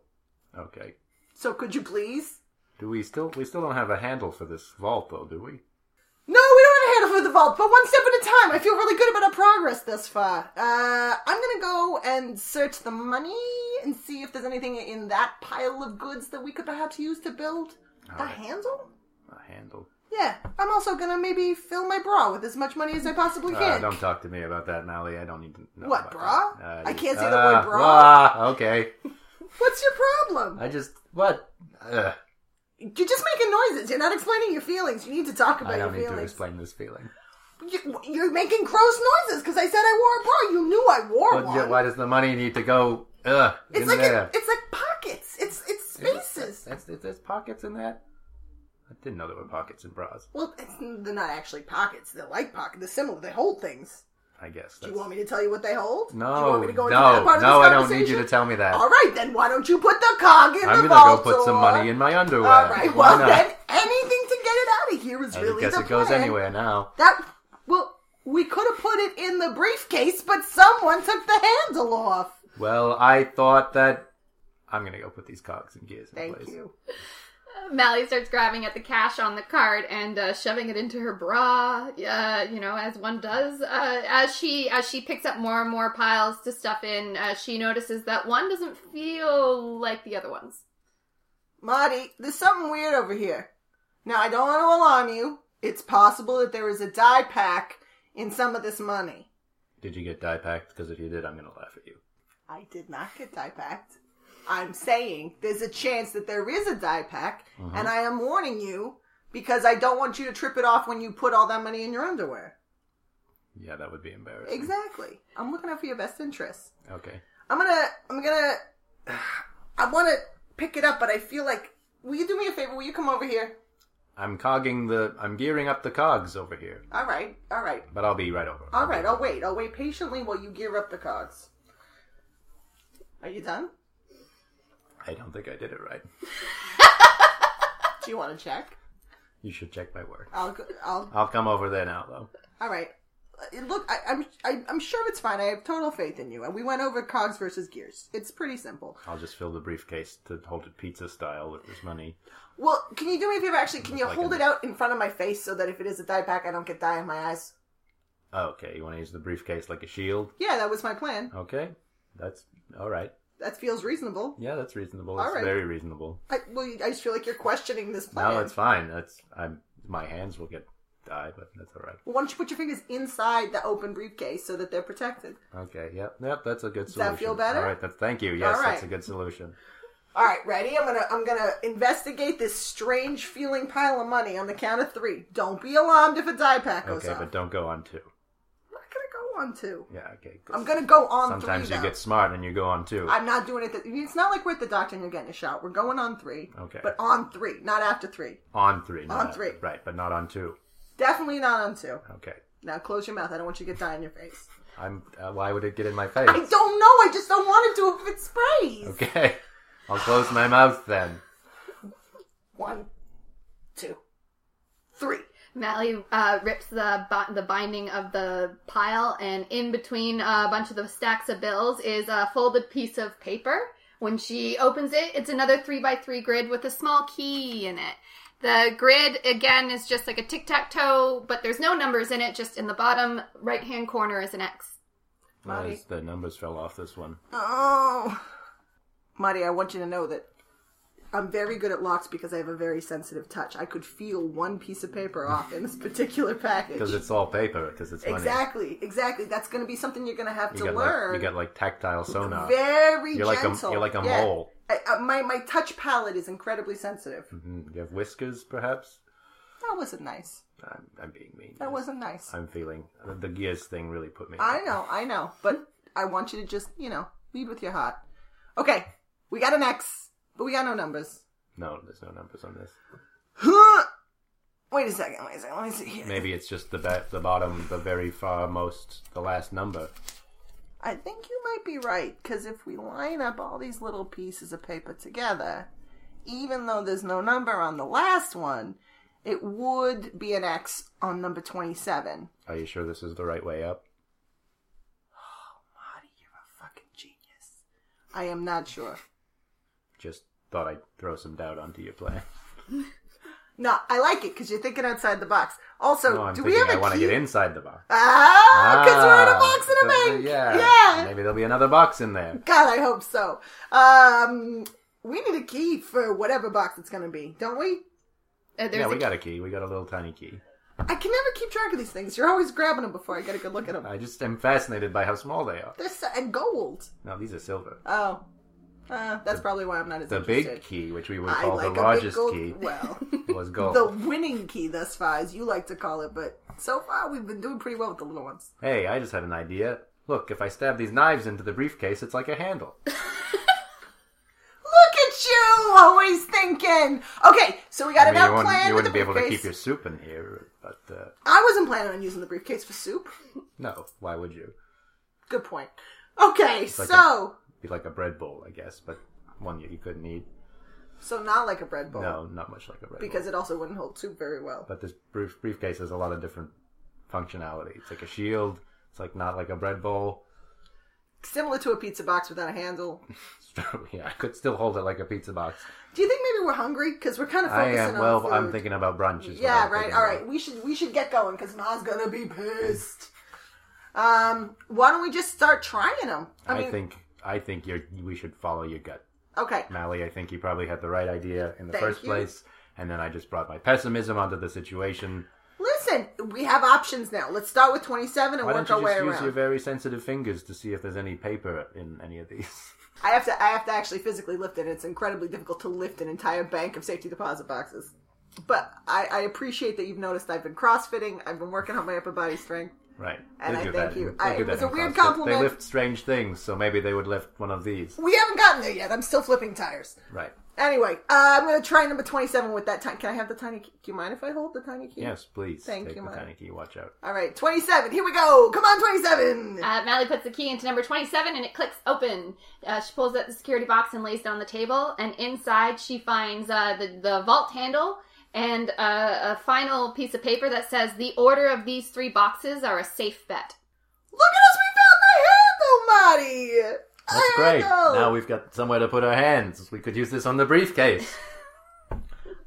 Speaker 3: Okay.
Speaker 4: So could you please?
Speaker 3: Do we still we still don't have a handle for this vault though, do we?
Speaker 4: No, we don't have a handle for the vault, but one step at a time. I feel really good about our progress thus far. Uh, I'm gonna go and search the money and see if there's anything in that pile of goods that we could perhaps use to build the
Speaker 3: Alright.
Speaker 4: handle.
Speaker 3: A handle.
Speaker 4: Yeah, I'm also gonna maybe fill my bra with as much money as I possibly
Speaker 3: Uh,
Speaker 4: can.
Speaker 3: don't talk to me about that, Mally. I don't need to know.
Speaker 4: What,
Speaker 3: about
Speaker 4: bra?
Speaker 3: that. Uh,
Speaker 4: I
Speaker 3: you-
Speaker 4: can't say the word
Speaker 3: Ah,
Speaker 4: bra.
Speaker 3: ah, okay.
Speaker 4: What's your problem?
Speaker 3: I just what? Ugh,
Speaker 4: You're just making noises. You're not explaining your feelings. You need to talk about
Speaker 3: I don't
Speaker 4: your
Speaker 3: need to
Speaker 4: feelings.
Speaker 3: explain this feeling.
Speaker 4: You, you're making gross noises because I said I wore a bra. You knew I wore
Speaker 3: But
Speaker 4: one.
Speaker 3: yet, why does the money need to go? Ugh,
Speaker 4: it's
Speaker 3: in
Speaker 4: like
Speaker 3: there? uh,
Speaker 4: a, it's like pockets. It's it's spaces.
Speaker 3: That's, that's, there's pockets in that. I didn't know there were pockets in bras.
Speaker 4: Well, it's, they're not actually pockets. They're like pockets. They're similar. They hold things.
Speaker 3: I guess.
Speaker 4: Do
Speaker 3: That's...
Speaker 4: you want me to tell you what they hold? Do you
Speaker 3: No,
Speaker 4: want me to go into
Speaker 3: no,
Speaker 4: that part of
Speaker 3: no!
Speaker 4: this
Speaker 3: I don't need you
Speaker 4: conversation?
Speaker 3: to tell me that.
Speaker 4: All right, then why don't you put the cog in
Speaker 3: I'm gonna
Speaker 4: the
Speaker 3: go
Speaker 4: vault
Speaker 3: put some
Speaker 4: door?
Speaker 3: money in my underwear.
Speaker 4: All right.
Speaker 3: Why
Speaker 4: Well,
Speaker 3: not?
Speaker 4: then anything to get it out of here is
Speaker 3: I
Speaker 4: really
Speaker 3: guess
Speaker 4: the
Speaker 3: it goes
Speaker 4: plan.
Speaker 3: anywhere now.
Speaker 4: That well, we could have put it in the briefcase, but someone took the handle off.
Speaker 3: Well, I thought that I'm gonna go put these cogs and gears in
Speaker 4: Thank
Speaker 3: place.
Speaker 4: you.
Speaker 2: Mally starts grabbing at the cash on the card and uh, shoving it into her bra. Uh, you know, as one does. Uh, as she as she picks up more and more piles to stuff in, uh, she notices that one doesn't feel like the other ones.
Speaker 4: Marty, there's something weird over here. Now, I don't want to alarm you. It's possible that there is a dye pack in some of this money.
Speaker 3: Did you get die packed? Because if you did, I'm gonna laugh at you.
Speaker 4: I did not get dye packed. I'm saying there's a chance that there is a dye pack, and I am warning you because I don't want you to trip it off when you put all that money in your underwear.
Speaker 3: Yeah, that would be embarrassing.
Speaker 4: Exactly. I'm looking out for your best interests.
Speaker 3: Okay.
Speaker 4: I'm gonna, I'm gonna, I want to pick it up, but I feel like, will you do me a favor? Will you come over here?
Speaker 3: I'm cogging the. I'm gearing up the cogs over here,
Speaker 4: All right, all right.
Speaker 3: but I'll be right over.
Speaker 4: All right, I'll wait. I'll wait patiently while you gear up the cogs. Are you done?
Speaker 3: I don't think I did it right.
Speaker 4: Do you want to check?
Speaker 3: You should check my work.
Speaker 4: I'll. Go, I'll.
Speaker 3: I'll come over there now, though.
Speaker 4: All right. Uh, Look, I, I'm. I, I'm sure it's fine. I have total faith in you. And we went over cogs versus gears. It's pretty simple.
Speaker 3: I'll just fill the briefcase to hold it pizza style with this money.
Speaker 4: Well, can you do me a favor? Actually, can you
Speaker 3: Like
Speaker 4: hold
Speaker 3: an-
Speaker 4: it out in front of my face so that if it is a dye pack, I don't get dye in my eyes?
Speaker 3: Okay, you want to use the briefcase like a shield?
Speaker 4: Yeah, that was my plan.
Speaker 3: Okay, that's all right.
Speaker 4: That feels reasonable.
Speaker 3: Yeah, that's reasonable.
Speaker 4: All
Speaker 3: That's
Speaker 4: right.
Speaker 3: very reasonable.
Speaker 4: I, well, you- I just feel like you're questioning this plan.
Speaker 3: No, that's fine. That's I'm. My hands will get die, but that's all right.
Speaker 4: Well, why don't you put your fingers inside the open briefcase so that they're protected?
Speaker 3: Okay. Yep. Yep. That's a good solution.
Speaker 4: that feel better?
Speaker 3: All right. That's, thank you. Yes,
Speaker 4: All
Speaker 3: that's
Speaker 4: right.
Speaker 3: a good solution.
Speaker 4: All right, ready? I'm gonna I'm gonna investigate this strange feeling pile of money on the count of three. Don't be alarmed if a die pack goes
Speaker 3: Okay,
Speaker 4: off.
Speaker 3: but don't go on two.
Speaker 4: I'm not gonna go on two.
Speaker 3: Yeah. Okay. 'cause
Speaker 4: I'm gonna go on
Speaker 3: Sometimes
Speaker 4: three.
Speaker 3: you
Speaker 4: though.
Speaker 3: get smart and you go on two.
Speaker 4: I'm not doing it. That, it's not like we're at the doctor and you're getting a shot. We're going on three.
Speaker 3: Okay.
Speaker 4: But on three, not after three.
Speaker 3: on three. not
Speaker 4: On
Speaker 3: at-
Speaker 4: three.
Speaker 3: Right, but not on two.
Speaker 4: Definitely not on two.
Speaker 3: Okay.
Speaker 4: Now close your mouth. I don't want you to get dye in your face.
Speaker 3: I'm. Uh, why would it get in my face?
Speaker 4: I don't know. I just don't want it to if it sprays.
Speaker 3: Okay. I'll close my mouth then.
Speaker 4: One, two, three.
Speaker 2: Mally uh, rips the bi- the binding of the pile, and in between a bunch of the stacks of bills is a folded piece of paper. When she opens it, it's another three by three grid with a small key in it. The grid again is just like a tic tac toe, but there's no numbers in it. Just in the bottom right hand corner is an X.
Speaker 4: Marty.
Speaker 3: Notice the numbers fell off this one.
Speaker 4: Oh, Marty, I want you to know that I'm very good at locks because I have a very sensitive touch. I could feel one piece of paper off in this particular package.
Speaker 3: because it's all paper because it's money.
Speaker 4: exactly, exactly. That's going to be something you're going to have
Speaker 3: You
Speaker 4: to
Speaker 3: got
Speaker 4: learn.
Speaker 3: like you got like tactile sonar.
Speaker 4: very
Speaker 3: You're like a-
Speaker 4: gentle.
Speaker 3: you're like a
Speaker 4: Yeah.
Speaker 3: mole.
Speaker 4: I, I, my my touch palette is incredibly sensitive.
Speaker 3: Mm, You have whiskers, perhaps.
Speaker 4: That wasn't nice.
Speaker 3: I'm, I'm being mean.
Speaker 4: That wasn't nice.
Speaker 3: I'm feeling the gears thing really put me.
Speaker 4: I know, I know, but I want you to just you know lead with your heart. Okay, we got an X, but we got no numbers.
Speaker 3: No, there's no numbers on this.
Speaker 4: Huh. Wait a second. Wait a second. Let me see here.
Speaker 3: Maybe it's just the ba- the bottom, the very far most, the last number.
Speaker 4: I think you might be right because if we line up all these little pieces of paper together, even though there's no number on the last one, it would be an X on number twenty-seven.
Speaker 3: Are you sure this is the right way up?
Speaker 4: Marty, you're a fucking genius. I am not sure.
Speaker 3: Just thought I'd throw some doubt onto your plan.
Speaker 4: No, I like it because you're thinking outside the box. Also,
Speaker 3: No, I'm
Speaker 4: do we
Speaker 3: thinking
Speaker 4: have a
Speaker 3: I want to
Speaker 4: key?
Speaker 3: get inside the box.
Speaker 4: Ah, because we're in a
Speaker 3: Ah,
Speaker 4: box in a
Speaker 3: because-
Speaker 4: bank.
Speaker 3: Yeah.
Speaker 4: yeah.
Speaker 3: Maybe there'll be another box in there.
Speaker 4: God, I hope so. Um, we need a key for whatever box it's going to be, don't we?
Speaker 2: Uh, there's
Speaker 3: yeah, we
Speaker 2: a-
Speaker 3: got a key. We got a little tiny key.
Speaker 4: I can never keep track of these things. You're always grabbing them before I get a good look at them.
Speaker 3: I just am fascinated by how small they are.
Speaker 4: They're so, and gold.
Speaker 3: No, these are silver.
Speaker 4: Oh, uh, that's probably why I'm not as
Speaker 3: The
Speaker 4: interested.
Speaker 3: big key, which we would
Speaker 4: I
Speaker 3: call
Speaker 4: like a
Speaker 3: the
Speaker 4: big
Speaker 3: largest
Speaker 4: gold-
Speaker 3: key,
Speaker 4: Well,
Speaker 3: was gold.
Speaker 4: the winning key thus far, as you like to call it, but so far we've been doing pretty well with the little ones.
Speaker 3: Hey, I just had an idea. Look, if I stab these knives into the briefcase, it's like a handle.
Speaker 4: Look at you, always thinking. Okay, so we got
Speaker 3: I
Speaker 4: an
Speaker 3: mean, you
Speaker 4: out
Speaker 3: wouldn't,
Speaker 4: plan.
Speaker 3: you
Speaker 4: with the
Speaker 3: wouldn't be able to
Speaker 4: briefcase.
Speaker 3: keep your soup in here, but uh,
Speaker 4: I wasn't planning on using the briefcase for soup.
Speaker 3: no, why would you?
Speaker 4: Good point. Okay,
Speaker 3: like
Speaker 4: so
Speaker 3: Be like a bread bowl, I guess, but one that you couldn't eat.
Speaker 4: so not like a bread bowl
Speaker 3: No, not much like a bread
Speaker 4: because
Speaker 3: bowl.
Speaker 4: it also wouldn't hold soup very well.
Speaker 3: But this brief, briefcase has a lot of different functionality. It's like a shield. It's like not like a bread bowl.
Speaker 4: Similar to a pizza box without a handle.
Speaker 3: yeah, I could still hold it like a pizza box.
Speaker 4: Do you think maybe we're hungry because we're kind of
Speaker 3: I
Speaker 4: focusing
Speaker 3: am.
Speaker 4: on
Speaker 3: Well,
Speaker 4: food.
Speaker 3: I'm thinking about brunch. Is
Speaker 4: Yeah,
Speaker 3: what I'm
Speaker 4: right.
Speaker 3: thinking
Speaker 4: All
Speaker 3: about.
Speaker 4: right, we should we should get going because Ma's gonna be pissed. Um, why don't we just start trying them?
Speaker 3: I, think I think you're, we should follow your gut.
Speaker 4: okay.
Speaker 3: Mally, I think you probably had the right idea in the
Speaker 4: Thank
Speaker 3: first
Speaker 4: you.
Speaker 3: place, and then I just brought my pessimism onto the situation.
Speaker 4: Listen, we have options now. Let's start with twenty-seven and
Speaker 3: Why
Speaker 4: work
Speaker 3: don't
Speaker 4: our
Speaker 3: you
Speaker 4: way
Speaker 3: just use
Speaker 4: around.
Speaker 3: your very sensitive fingers to see if there's any paper in any of these?
Speaker 4: I have to I have to actually physically lift it. It's incredibly difficult to lift an entire bank of safety deposit boxes. But I, I appreciate that you've noticed I've been crossfitting. I've been working on my upper body strength.
Speaker 3: Right.
Speaker 4: And
Speaker 3: They
Speaker 4: I
Speaker 3: do
Speaker 4: thank
Speaker 3: that.
Speaker 4: you.
Speaker 3: They
Speaker 4: I-
Speaker 3: do
Speaker 4: it
Speaker 3: that
Speaker 4: was a
Speaker 3: in
Speaker 4: weird
Speaker 3: CrossFit.
Speaker 4: compliment.
Speaker 3: They lift strange things, so maybe they would lift one of these.
Speaker 4: We haven't gotten there yet. I'm still flipping tires.
Speaker 3: Right.
Speaker 4: Anyway, uh, I'm going to try number 27 with that tiny. Can I have the tiny key? Do you mind if I hold the tiny key?
Speaker 3: Yes, please.
Speaker 4: Thank
Speaker 3: Take
Speaker 4: you,
Speaker 3: the
Speaker 4: Mike.
Speaker 3: tiny key. Watch out.
Speaker 4: All right, 27. Here we go. Come on, 27.
Speaker 2: Uh, Mally puts the key into number 27 and it clicks open. Uh, she pulls out the security box and lays it on the table. And inside, she finds uh, the, the vault handle and uh, a final piece of paper that says the order of these three boxes are a safe bet.
Speaker 4: Look at us. We found the handle, Marty.
Speaker 3: That's great.
Speaker 4: Handle.
Speaker 3: Now we've got somewhere to put our hands. We could use this on the briefcase.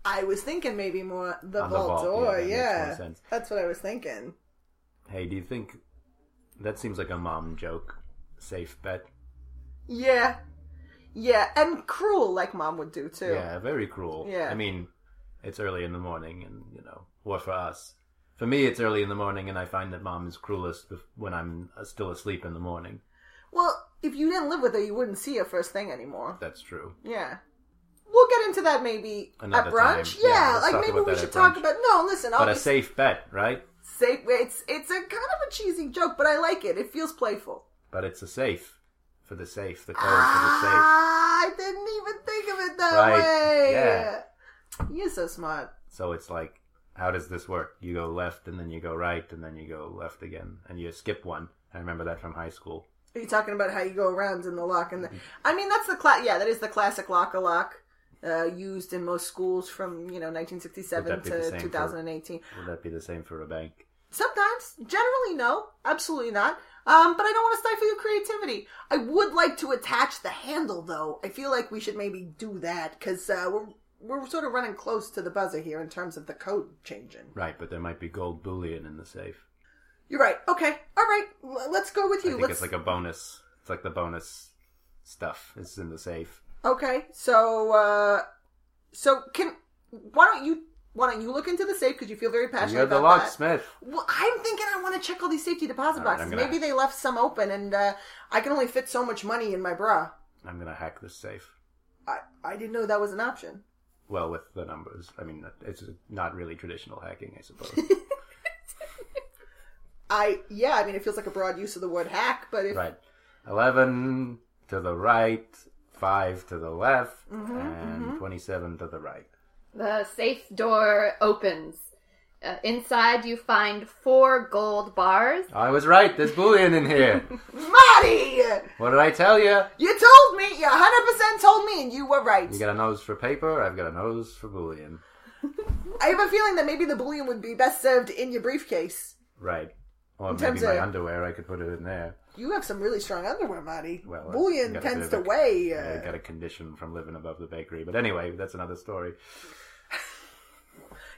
Speaker 4: I was thinking maybe more the
Speaker 3: On the
Speaker 4: vault
Speaker 3: vault, yeah, that
Speaker 4: door.
Speaker 3: makes
Speaker 4: Yeah.
Speaker 3: more sense.
Speaker 4: That's what I was thinking.
Speaker 3: hey, do you think that seems like a mom joke? Safe bet.
Speaker 4: Yeah. Yeah, and cruel like mom would do too.
Speaker 3: Yeah, very cruel.
Speaker 4: Yeah.
Speaker 3: I mean, it's early in the morning, and you know, or for us, for me, it's early in the morning, and I find that mom is cruelest bef- when I'm uh, still asleep in the morning.
Speaker 4: Well, if you didn't live with her, you wouldn't see her first thing anymore.
Speaker 3: That's true.
Speaker 4: Yeah. We'll get into that maybe
Speaker 3: Another
Speaker 4: at brunch.
Speaker 3: time.
Speaker 4: Yeah,
Speaker 3: Yeah, let's
Speaker 4: like
Speaker 3: talk
Speaker 4: maybe
Speaker 3: about
Speaker 4: we
Speaker 3: that
Speaker 4: should
Speaker 3: at
Speaker 4: talk
Speaker 3: brunch.
Speaker 4: about No, listen, I'll
Speaker 3: but a
Speaker 4: be
Speaker 3: safe bet, right?
Speaker 4: safe it's it's a kind of a cheesy joke, but I like it. It feels playful.
Speaker 3: But it's a safe for the safe, the code for the safe.
Speaker 4: Ah, I didn't even think of it that
Speaker 3: Right,
Speaker 4: way.
Speaker 3: yeah.
Speaker 4: You're so smart.
Speaker 3: So it's like, how does this work? You go left, and then you go right, and then you go left again, and you skip one. I remember that from high school.
Speaker 4: Are you talking about how you go around in the lock and the? I mean, that's the class. Yeah, that is the classic lock a lock, uh, used in most schools from you know 1967
Speaker 3: Would that be the
Speaker 4: to
Speaker 3: same for-
Speaker 4: 2018.
Speaker 3: Would that be the same for a bank?
Speaker 4: Sometimes, generally, no, absolutely not. Um, but I don't want to stifle your creativity. I would like to attach the handle, though. I feel like we should maybe do that because uh, we're we're sort of running close to the buzzer here in terms of the code changing.
Speaker 3: Right, but there might be gold bullion in the safe.
Speaker 4: You're right. Okay. All right. L- let's go with
Speaker 3: I
Speaker 4: you.
Speaker 3: think
Speaker 4: let's
Speaker 3: it's like a bonus. It's like the bonus stuff is in the safe.
Speaker 4: Okay, so uh, So can why don't you why don't you look into the safe because you feel very passionate
Speaker 3: You're the
Speaker 4: about that.
Speaker 3: locksmith.
Speaker 4: Well, I'm thinking I want to check all these safety deposit
Speaker 3: All right,
Speaker 4: boxes.
Speaker 3: I'm gonna-
Speaker 4: Maybe they left some open, and uh, I can only fit so much money in my bra.
Speaker 3: I'm gonna hack this safe.
Speaker 4: I I didn't know that was an option.
Speaker 3: Well, with the numbers. I mean, it's not really traditional hacking, I suppose.
Speaker 4: I yeah, I mean it feels like a broad use of the word hack, but if
Speaker 3: right. 11 to the right, 5 to the left, and 27 to the right.
Speaker 2: The safe door opens. Uh, inside, you find four gold bars.
Speaker 3: I was right. There's bullion in here.
Speaker 4: Marty,
Speaker 3: what did I tell you?
Speaker 4: you told me, you 100 percent told me, and you were right.
Speaker 3: You got a nose for paper. I've got a nose for bullion.
Speaker 4: I have a feeling that maybe the bullion would be best served in your briefcase.
Speaker 3: Right. Or maybe
Speaker 4: terms
Speaker 3: my
Speaker 4: of-
Speaker 3: underwear. I could put it in there.
Speaker 4: You have some really strong underwear, Marty.
Speaker 3: Well, uh,
Speaker 4: bullion
Speaker 3: I've got a
Speaker 4: tends
Speaker 3: bit
Speaker 4: to
Speaker 3: of a-
Speaker 4: weigh. Uh,
Speaker 3: I got a condition from living above the bakery. But anyway, that's another story.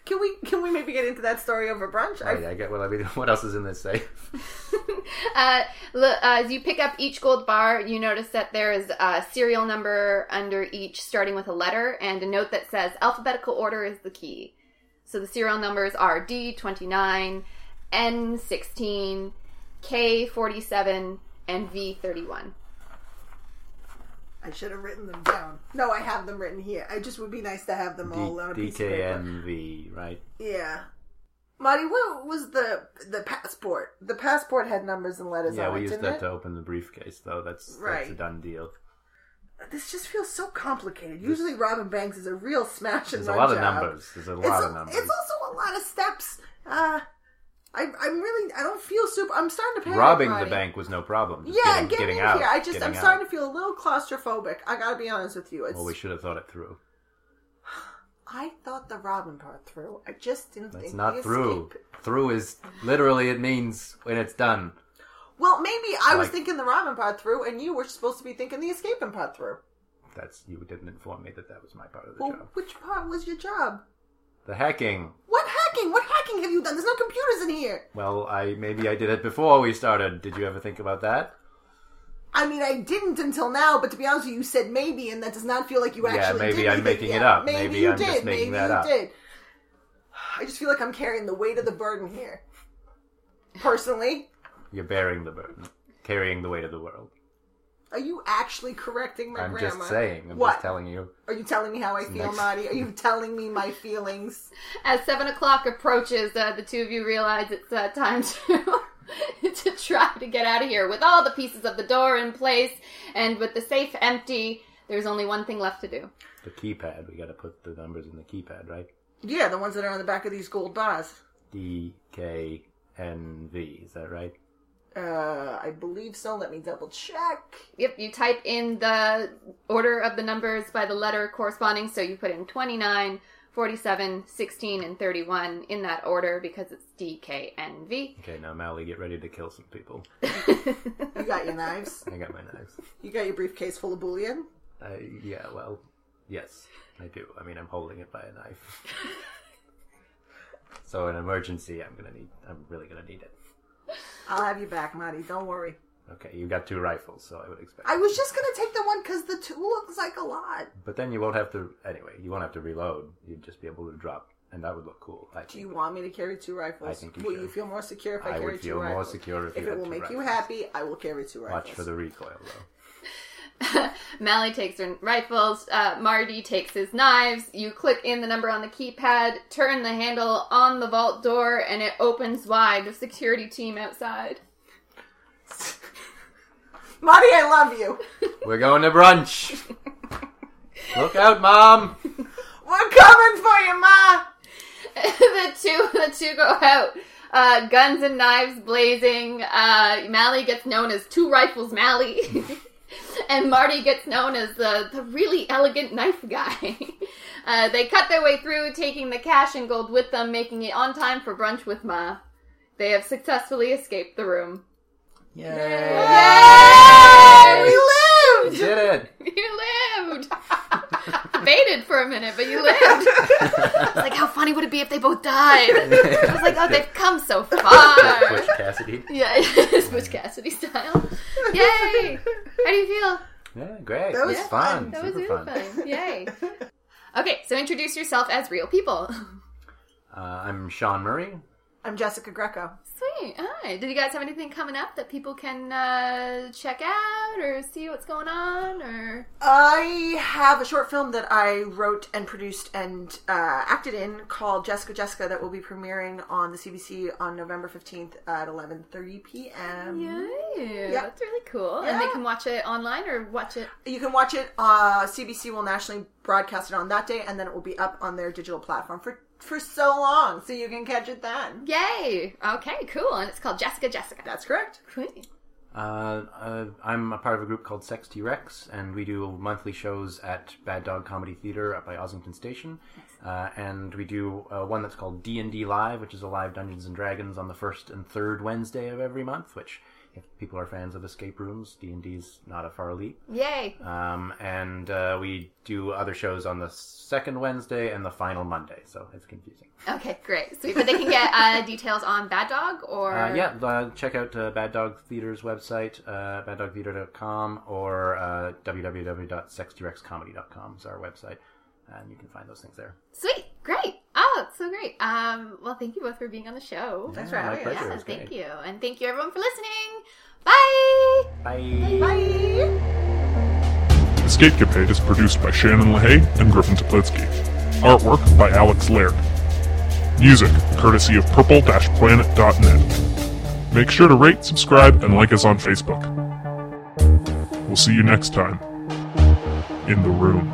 Speaker 4: Can we can we maybe get into that story over brunch? I
Speaker 3: Right, I get what I mean. What else is in this safe?
Speaker 2: Uh, l- as you pick up each gold bar, you notice that there is a serial number under each, starting with a letter, and a note that says alphabetical order is the key. So the serial numbers are D29, N16, K47, and V31.
Speaker 4: I should have written them down. No, I have them written here. I just would be nice to have them
Speaker 3: D-
Speaker 4: all on a piece of paper.
Speaker 3: DKNV, right?
Speaker 4: Yeah. Marty, what was the the passport? The passport had numbers and letters
Speaker 3: Yeah,
Speaker 4: on
Speaker 3: we
Speaker 4: it,
Speaker 3: used
Speaker 4: didn't
Speaker 3: that
Speaker 4: it?
Speaker 3: to open the briefcase, though. That's that's a
Speaker 4: Right.
Speaker 3: done deal.
Speaker 4: This just feels so complicated. Usually, Robin Banks is a real smash and
Speaker 3: There's a
Speaker 4: run
Speaker 3: lot of
Speaker 4: job.
Speaker 3: numbers. There's a
Speaker 4: It's,
Speaker 3: lot
Speaker 4: a-
Speaker 3: of numbers.
Speaker 4: it's also a lot of steps. Uh, I, I'm really, I don't feel super. I'm starting to panic.
Speaker 3: Robbing
Speaker 4: Marty.
Speaker 3: the bank was no problem. Just
Speaker 4: Yeah,
Speaker 3: getting,
Speaker 4: getting,
Speaker 3: getting
Speaker 4: in
Speaker 3: out.
Speaker 4: here. I just,
Speaker 3: getting
Speaker 4: I'm
Speaker 3: out.
Speaker 4: starting to feel a little claustrophobic. I gotta be honest with you. It's,
Speaker 3: Well, we should have thought it through.
Speaker 4: I thought the Robin part through. I just didn't
Speaker 3: That's
Speaker 4: think
Speaker 3: not
Speaker 4: the
Speaker 3: through.
Speaker 4: escape-
Speaker 3: Through is literally it means when it's done.
Speaker 4: Well, maybe I was
Speaker 3: Like-
Speaker 4: thinking the Robin part through, and you were supposed to be thinking the escaping part through.
Speaker 3: That's you didn't inform me that that was my part of the
Speaker 4: Well,
Speaker 3: job.
Speaker 4: which part was your job?
Speaker 3: The hacking.
Speaker 4: What hacking? What hacking have you done? There's no computers in here.
Speaker 3: Well, I maybe I did it before we started. Did you ever think about that?
Speaker 4: I mean, I didn't until now, but to be honest with you, you said maybe, and that does not feel like you
Speaker 3: Yeah,
Speaker 4: actually
Speaker 3: maybe
Speaker 4: did
Speaker 3: I'm
Speaker 4: anything.
Speaker 3: making it
Speaker 4: Yeah,
Speaker 3: up. Maybe
Speaker 4: you
Speaker 3: I'm
Speaker 4: did.
Speaker 3: just making
Speaker 4: maybe
Speaker 3: that
Speaker 4: you
Speaker 3: up.
Speaker 4: did. I just feel like I'm carrying the weight of the burden here. Personally,
Speaker 3: You're bearing the burden, carrying the weight of the world.
Speaker 4: are you actually correcting my
Speaker 3: I'm
Speaker 4: grandma?
Speaker 3: just saying. I'm
Speaker 4: what?
Speaker 3: just telling you.
Speaker 4: Are you telling me how I feel,
Speaker 3: Next.
Speaker 4: Marty? Are you telling me my feelings?
Speaker 2: As seven o'clock approaches, uh, the two of you realize it's uh, time to to try to get out of here. With all the pieces of the door in place and with the safe empty, there's only one thing left to do.
Speaker 3: The keypad. We got to put the numbers in the keypad, right?
Speaker 4: Yeah, the ones that are on the back of these gold bars.
Speaker 3: D K N V. Is that right?
Speaker 4: Uh, I believe so. Let me double check.
Speaker 2: Yep, you type in the order of the numbers by the letter corresponding, so you put in 29, 47, 16, and 31 in that order because it's DKNV.
Speaker 3: Okay, now Mally, get ready to kill some people.
Speaker 4: You got your knives.
Speaker 3: I got my knives.
Speaker 4: You got your briefcase full of bullion.
Speaker 3: Uh, yeah, well, yes, I do. I mean, I'm holding it by a knife. so, in emergency, I'm gonna need. I'm really gonna need it.
Speaker 4: I'll have you back, Marty. Don't worry.
Speaker 3: Okay, you got two rifles, so I would expect.
Speaker 4: I was just gonna take the one because the two looks like a lot.
Speaker 3: But then you won't have to. Anyway, you won't have to reload. You'd just be able to drop, and that would look cool. I
Speaker 4: Do
Speaker 3: think.
Speaker 4: you want me to carry two rifles?
Speaker 3: I think you
Speaker 4: will
Speaker 3: should.
Speaker 4: you feel more secure if I,
Speaker 3: I
Speaker 4: carry
Speaker 3: would
Speaker 4: two
Speaker 3: feel more
Speaker 4: rifles?
Speaker 3: secure if you
Speaker 4: it
Speaker 3: had
Speaker 4: will
Speaker 3: two
Speaker 4: make you
Speaker 3: rifles.
Speaker 4: happy. I will carry two rifles.
Speaker 3: Watch for the recoil, though.
Speaker 2: Mally takes her rifles. Uh, Marty takes his knives. You click in the number on the keypad, turn the handle on the vault door, and it opens wide. The security team outside.
Speaker 4: Marty, I love you.
Speaker 3: We're going to brunch. Look out, mom!
Speaker 4: We're coming for you, Ma.
Speaker 2: the two, the two go out. Uh, guns and knives blazing. Uh, Mally gets known as Two Rifles Mally. and Marty gets known as the, the really elegant knife guy. uh, they cut their way through, taking the cash and gold with them, making it on time for brunch with Ma. They have successfully escaped the room.
Speaker 3: Yay!
Speaker 4: We
Speaker 3: You
Speaker 4: lived.
Speaker 3: did it!
Speaker 2: You lived! Debated for a minute, but you lived. I was like, how funny would it be if they both died? I was like, oh, they've come so far.
Speaker 3: Push Cassidy.
Speaker 2: Yeah, Switch Cassidy style. Yay! How do you feel?
Speaker 3: Yeah, great.
Speaker 4: That
Speaker 3: It
Speaker 4: was
Speaker 3: was fun.
Speaker 2: That was
Speaker 3: Super
Speaker 2: really fun. Yay. Okay, so introduce yourself as real people.
Speaker 3: Uh, I'm Sean Murray.
Speaker 4: I'm Jessica Greco.
Speaker 2: Sweet. Hi. Did you guys have anything coming up that people can uh, check out or see what's going on? Or
Speaker 4: I have a short film that I wrote and produced and uh, acted in called Jessica Jessica that will be premiering on the CBC on November 15th at 11:30 p.m.
Speaker 2: yeah,
Speaker 4: Yeah.
Speaker 2: that's really cool. And they
Speaker 4: Yeah.
Speaker 2: can watch it online or watch it.
Speaker 4: You can watch it. Uh, CBC will nationally broadcast it on that day, and then it will be up on their digital platform for for so long, so you can catch it then.
Speaker 2: Yay! Okay, cool. And it's called Jessica Jessica.
Speaker 4: That's correct.
Speaker 2: Sweet.
Speaker 3: Uh, uh, I'm a part of a group called Sex T Rex, and we do monthly shows at Bad Dog Comedy Theater up by Ossington Station. Uh, and we do uh, one that's called D and D Live, which is a live Dungeons and Dragons on the first and third Wednesday of every month. Which, if people are fans of escape rooms, D and D's not a far leap.
Speaker 2: Yay!
Speaker 3: Um, and uh, we do other shows on the second Wednesday and the final Monday, so it's confusing.
Speaker 2: Okay, great. Sweet. But they can get uh, details on Bad Dog or
Speaker 3: Uh, yeah, uh, check out uh, Bad Dog Theater's website, uh, baddogtheater.com, or uh, www.sexdirectscomedy.com is our website, and you can find those things there.
Speaker 2: Sweet. Great. Oh, it's so great. Um, well, thank you both for being on the show.
Speaker 4: Thanks
Speaker 3: Yeah,
Speaker 4: for
Speaker 3: my
Speaker 4: having us.
Speaker 3: pleasure. It
Speaker 2: Yeah,
Speaker 3: was
Speaker 2: thank
Speaker 3: great.
Speaker 2: you. And thank you everyone for listening. Bye.
Speaker 3: Bye.
Speaker 4: Bye.
Speaker 5: Escapecade is produced by Shannon LaHaye and Griffin Toplitsky. Artwork by Alex Laird. Music courtesy of purple-planet.net. Make sure to rate, subscribe, and like us on Facebook. We'll see you next time in the room.